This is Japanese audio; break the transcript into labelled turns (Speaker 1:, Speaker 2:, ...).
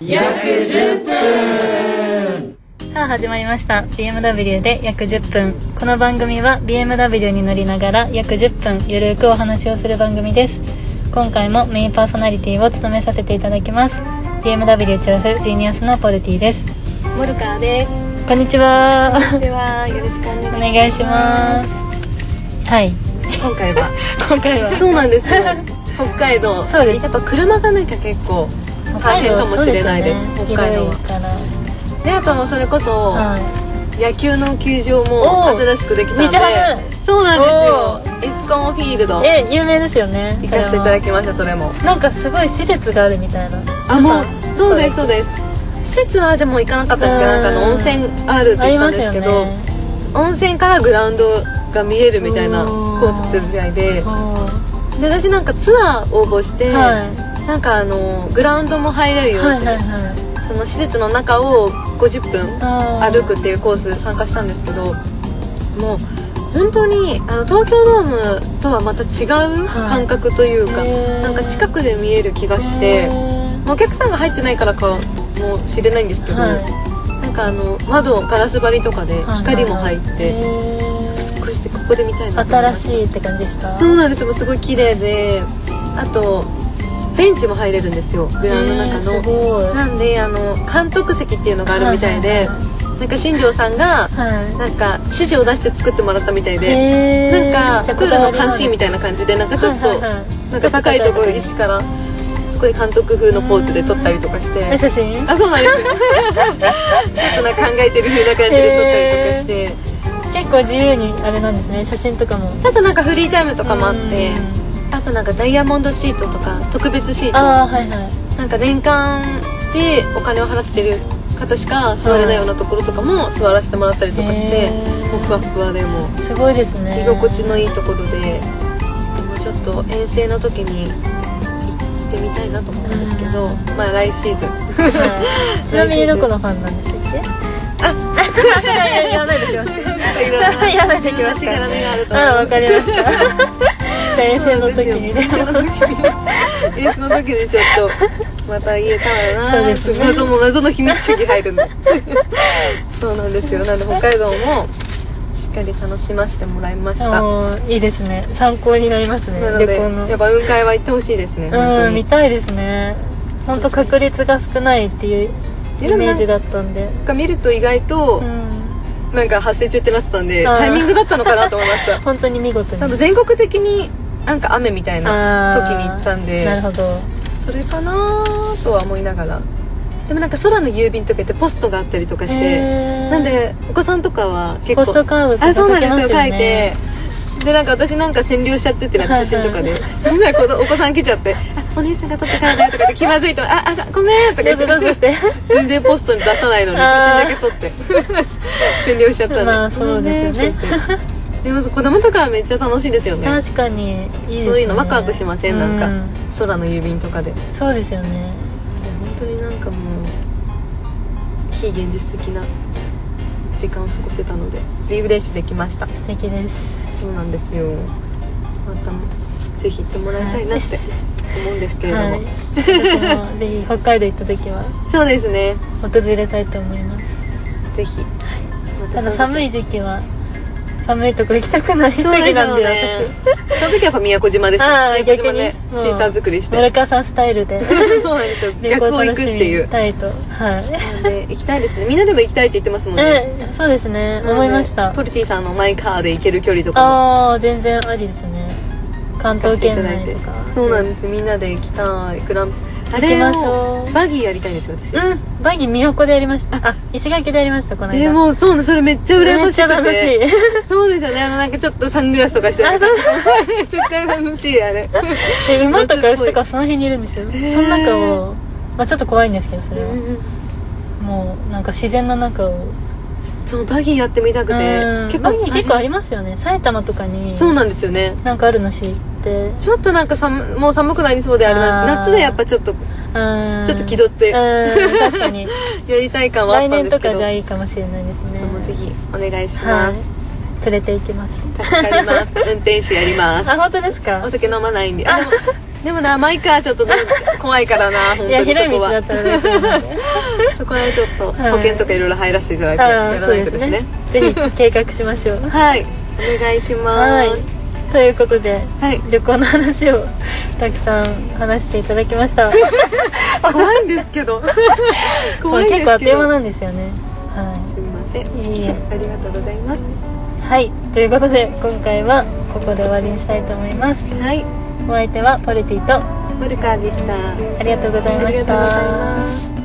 Speaker 1: 約10分
Speaker 2: さあ始まりました BMW で約10分この番組は BMW に乗りながら約10分ゆるくお話をする番組です今回もメインパーソナリティを務めさせていただきます BMW 調布ジーニアスのポルティです
Speaker 3: モルカーです。
Speaker 2: こんにちは
Speaker 3: こんにちは。よろしくお願いし
Speaker 2: お
Speaker 3: ます。
Speaker 2: 願いしますはい
Speaker 3: 今回は。
Speaker 2: 今回は
Speaker 3: そうなん ですよ。北海道。
Speaker 2: そうです
Speaker 3: やっぱ車がなきゃ結構大変かもしれないです。
Speaker 2: そう
Speaker 3: 北海道は
Speaker 2: 広い。から
Speaker 3: で、あともうそれこそ、
Speaker 2: は
Speaker 3: 野球の球場も
Speaker 2: おー
Speaker 3: 新しくできた
Speaker 2: め
Speaker 3: ん
Speaker 2: ち
Speaker 3: で
Speaker 2: ゃ早い。
Speaker 3: そうなんですよ。エスコンフィールド
Speaker 2: い。え有名ですよね
Speaker 3: 行かせていただきました。それも。
Speaker 2: それはなんかすごい施設があるみたいな
Speaker 3: あ、もう
Speaker 2: スパ。
Speaker 3: そうです。そうです。施設はでも行かなかったんですけど、
Speaker 2: う
Speaker 3: なんんかあの温泉あるって
Speaker 2: あ
Speaker 3: 言っ
Speaker 2: ります
Speaker 3: てたんです
Speaker 2: よ
Speaker 3: け
Speaker 2: ね
Speaker 3: ど、温泉からグラウンドが見えるみたいなコンセプトみたいで。
Speaker 2: は
Speaker 3: で私なんかツアー応募して、
Speaker 2: は
Speaker 3: なんかあのグラウンドも入れる
Speaker 2: い
Speaker 3: よ、
Speaker 2: はいはいはい
Speaker 3: その施設の中を50分
Speaker 2: あー
Speaker 3: 歩くっていうコース参加したんですけどもう本当にあの東京ドームとはまた違う
Speaker 2: はい
Speaker 3: 感覚というか、
Speaker 2: へー
Speaker 3: なんか近くで見える気がして
Speaker 2: へ、ー
Speaker 3: まあお客さんが入ってないからかもしれないんですけど、
Speaker 2: は
Speaker 3: なんかあの窓ガラス張りとかで
Speaker 2: い
Speaker 3: 光も入って、
Speaker 2: へー
Speaker 3: すっごいしてここで見たいなと思いま
Speaker 2: 新
Speaker 3: した
Speaker 2: しいって感じでした
Speaker 3: そうなんですもうすごい綺麗であとベンチも入れるんですよグラウンドの中の、
Speaker 2: へーすごい
Speaker 3: なんであの監督席っていうのがあるみたいで、
Speaker 2: はいはい
Speaker 3: なんか新庄さん
Speaker 2: は
Speaker 3: がなんか指示を出して作ってもらったみたい
Speaker 2: い
Speaker 3: で、
Speaker 2: へー
Speaker 3: なん
Speaker 2: じゃ
Speaker 3: か
Speaker 2: あ
Speaker 3: プールの監視員み
Speaker 2: こ
Speaker 3: たいな感じでなんか
Speaker 2: だ
Speaker 3: ちょっと、
Speaker 2: はいはいはい
Speaker 3: なんか高いところ
Speaker 2: ちょっ
Speaker 3: 位置からそこで監督風のポーズで撮ったりとかして、
Speaker 2: え写真
Speaker 3: あそう なんですよちょっとなんか考えてる風な感じで撮ったりとかして、
Speaker 2: 結構自由にあれなんですね写真とかも
Speaker 3: ちょっとなんかフリータイムとかもあって。
Speaker 2: うん
Speaker 3: あとなんかダイヤモンドシートとか特別シー
Speaker 2: あ
Speaker 3: ト
Speaker 2: あはいはい
Speaker 3: なんか年間でお金を払ってる方しか座れないようなところとかも座らせてもらったりとかして
Speaker 2: へー
Speaker 3: もうふわふわでもう
Speaker 2: すごいですね
Speaker 3: 居心地のいいところででもちょっと遠征の時に行ってみたいなと思ったんですけど
Speaker 2: うん
Speaker 3: まあ来シーズン
Speaker 2: はいちなみにどこのファンなんでしたっけあいやいや言わないできます
Speaker 3: なんか いろん な
Speaker 2: やめてきました
Speaker 3: しがらみがあると
Speaker 2: あ
Speaker 3: 思
Speaker 2: わ
Speaker 3: う
Speaker 2: かりましたじゃあ遠征の時 にね
Speaker 3: 遠征の時に遠征の時にちょっとまた言えたらなーって
Speaker 2: そうですね
Speaker 3: 謎も謎の秘密主義入るんで そうなんですよなんで北海道もしっかり楽しませてもらいましたな
Speaker 2: あーいいですね参考になりますね
Speaker 3: の
Speaker 2: 旅
Speaker 3: で
Speaker 2: 行の
Speaker 3: やっぱ雲海は行ってほしいですね本当
Speaker 2: うん
Speaker 3: に
Speaker 2: 見たいですね本当確率が少ないっていうイメージだったんで
Speaker 3: なんか見ると意外と
Speaker 2: うん
Speaker 3: なんか発生中ってなってたんで
Speaker 2: あー
Speaker 3: タイミングだったのかなと思いました
Speaker 2: 本当に見事に
Speaker 3: 多分全国的になんか雨みたいな
Speaker 2: あー
Speaker 3: 時に行ったんで
Speaker 2: なるほど
Speaker 3: それかなとは思いながらでもなんか空の郵便とかってポストがあったりとかしてなんでお子さんとかは結構
Speaker 2: ポストカードとか
Speaker 3: あそうなんで
Speaker 2: 書
Speaker 3: す
Speaker 2: けま
Speaker 3: よ書
Speaker 2: す
Speaker 3: い
Speaker 2: よ
Speaker 3: て
Speaker 2: ね
Speaker 3: でなんか私なんか占領しちゃってってなんか写真とかで、 なんか子供お子さん来ちゃって「あお姉さんが撮ったカードよ」とかで気まずい と「ああごめん」とか言
Speaker 2: レ
Speaker 3: って
Speaker 2: ブログって
Speaker 3: 全然ポストに出さないの に写真だけ撮って 占領しちゃったんで、
Speaker 2: まあそうですよね
Speaker 3: ごめんって言って でも子供とかはめっちゃ楽しいですよね
Speaker 2: 確かにいいですね
Speaker 3: そういうのワクワクしませんなんか
Speaker 2: う
Speaker 3: 空の郵便とかで
Speaker 2: そうですよね
Speaker 3: 本当になんかもう非現実的な時間を過ごせたのでリフレッシュできました
Speaker 2: 素敵です
Speaker 3: そうなんですよまたぜひ行ってもらいたいなって思うんですけれども、
Speaker 2: はい私もぜひ北海道行った時は
Speaker 3: そうですね
Speaker 2: 訪れたいと思います
Speaker 3: ぜひま
Speaker 2: ただ
Speaker 3: その
Speaker 2: 寒い時期は寒いとこ行きたくない主
Speaker 3: そうで
Speaker 2: 義
Speaker 3: す
Speaker 2: なん
Speaker 3: よ
Speaker 2: で
Speaker 3: ねその時はやっぱ宮古島ですね
Speaker 2: あー
Speaker 3: 宮古島で
Speaker 2: 逆に
Speaker 3: シーサー作りし
Speaker 2: 私
Speaker 3: て
Speaker 2: モルカさんスタイルで
Speaker 3: そうな んですよ
Speaker 2: 旅
Speaker 3: 逆
Speaker 2: 行
Speaker 3: を
Speaker 2: を
Speaker 3: 行
Speaker 2: 楽
Speaker 3: く
Speaker 2: し
Speaker 3: っ
Speaker 2: て
Speaker 3: いう
Speaker 2: みたいとはい
Speaker 3: なんで行きたいですねみんなでも行きたいって言ってますもんね
Speaker 2: えそうですね思いました
Speaker 3: ポルティさんのマイカーで行ける距離とかも
Speaker 2: ああ全然ありですね関東圏内とか
Speaker 3: そうなんですみんなで行きたいグランあ
Speaker 2: き
Speaker 3: れ
Speaker 2: ましょう
Speaker 3: をバギーやりたいんですよ私
Speaker 2: うんバギー都でやりましたあ石垣でやりましたこの間
Speaker 3: えーもうそうなのそれめっちゃ羨ましくて
Speaker 2: めっちゃ楽しい
Speaker 3: そうですよねあのなんかちょっとサングラスとかして
Speaker 2: あそう
Speaker 3: 絶対楽しいあれ
Speaker 2: で馬とか牛とかその辺にいるんですよ、
Speaker 3: ー
Speaker 2: その中を、まあ、ちょっと怖いんですけどそれは、
Speaker 3: うん
Speaker 2: もうなんか自然の中を
Speaker 3: そうバギーやってみたくて
Speaker 2: うん
Speaker 3: 結
Speaker 2: バ
Speaker 3: 構
Speaker 2: ギー結構ありますよね埼玉とかに
Speaker 3: そうなんですよね
Speaker 2: なんかあるの知って
Speaker 3: ちょっとなんか寒もう寒くなりそうであれなんです
Speaker 2: あー
Speaker 3: 夏でやっぱちょっと
Speaker 2: うん
Speaker 3: ちょっと気取っ
Speaker 2: う
Speaker 3: て
Speaker 2: ん確か に
Speaker 3: やりたい感はあ
Speaker 2: 来
Speaker 3: ったん
Speaker 2: 年
Speaker 3: です
Speaker 2: と
Speaker 3: け
Speaker 2: か
Speaker 3: ど
Speaker 2: じゃいいかもしれないですね
Speaker 3: もうぜひお願いし
Speaker 2: は
Speaker 3: ます
Speaker 2: い連れて行きます
Speaker 3: 助かります運転手やります
Speaker 2: あ本当ですか
Speaker 3: お酒飲まないんであでも でもなマイカーちょっとどう怖いからな本
Speaker 2: いや
Speaker 3: 当にそ
Speaker 2: 広い
Speaker 3: こ
Speaker 2: 道だ
Speaker 3: は
Speaker 2: ったら嬉しいですね
Speaker 3: そこはちょっと
Speaker 2: はい
Speaker 3: 保険とかいろいろ入らせていただいて
Speaker 2: あ
Speaker 3: や
Speaker 2: ー
Speaker 3: らないとですね
Speaker 2: そうですねぜひ計画しましょう
Speaker 3: はいお願いしま
Speaker 2: は
Speaker 3: す
Speaker 2: いということで、
Speaker 3: はい
Speaker 2: 旅行の話をたくさん話していただきました
Speaker 3: 怖いんです けど怖いん
Speaker 2: まあ結構
Speaker 3: ですけど
Speaker 2: あっという間なんですよねは
Speaker 3: すみません
Speaker 2: いえいえ
Speaker 3: ありがとうございます
Speaker 2: い、はい、ということで今回はここで終わりにしたいと思います
Speaker 3: はい
Speaker 2: お相手はポルティと
Speaker 3: モルカーでしたあ
Speaker 2: ありがとうございま
Speaker 3: りがとうござい
Speaker 2: した
Speaker 3: ます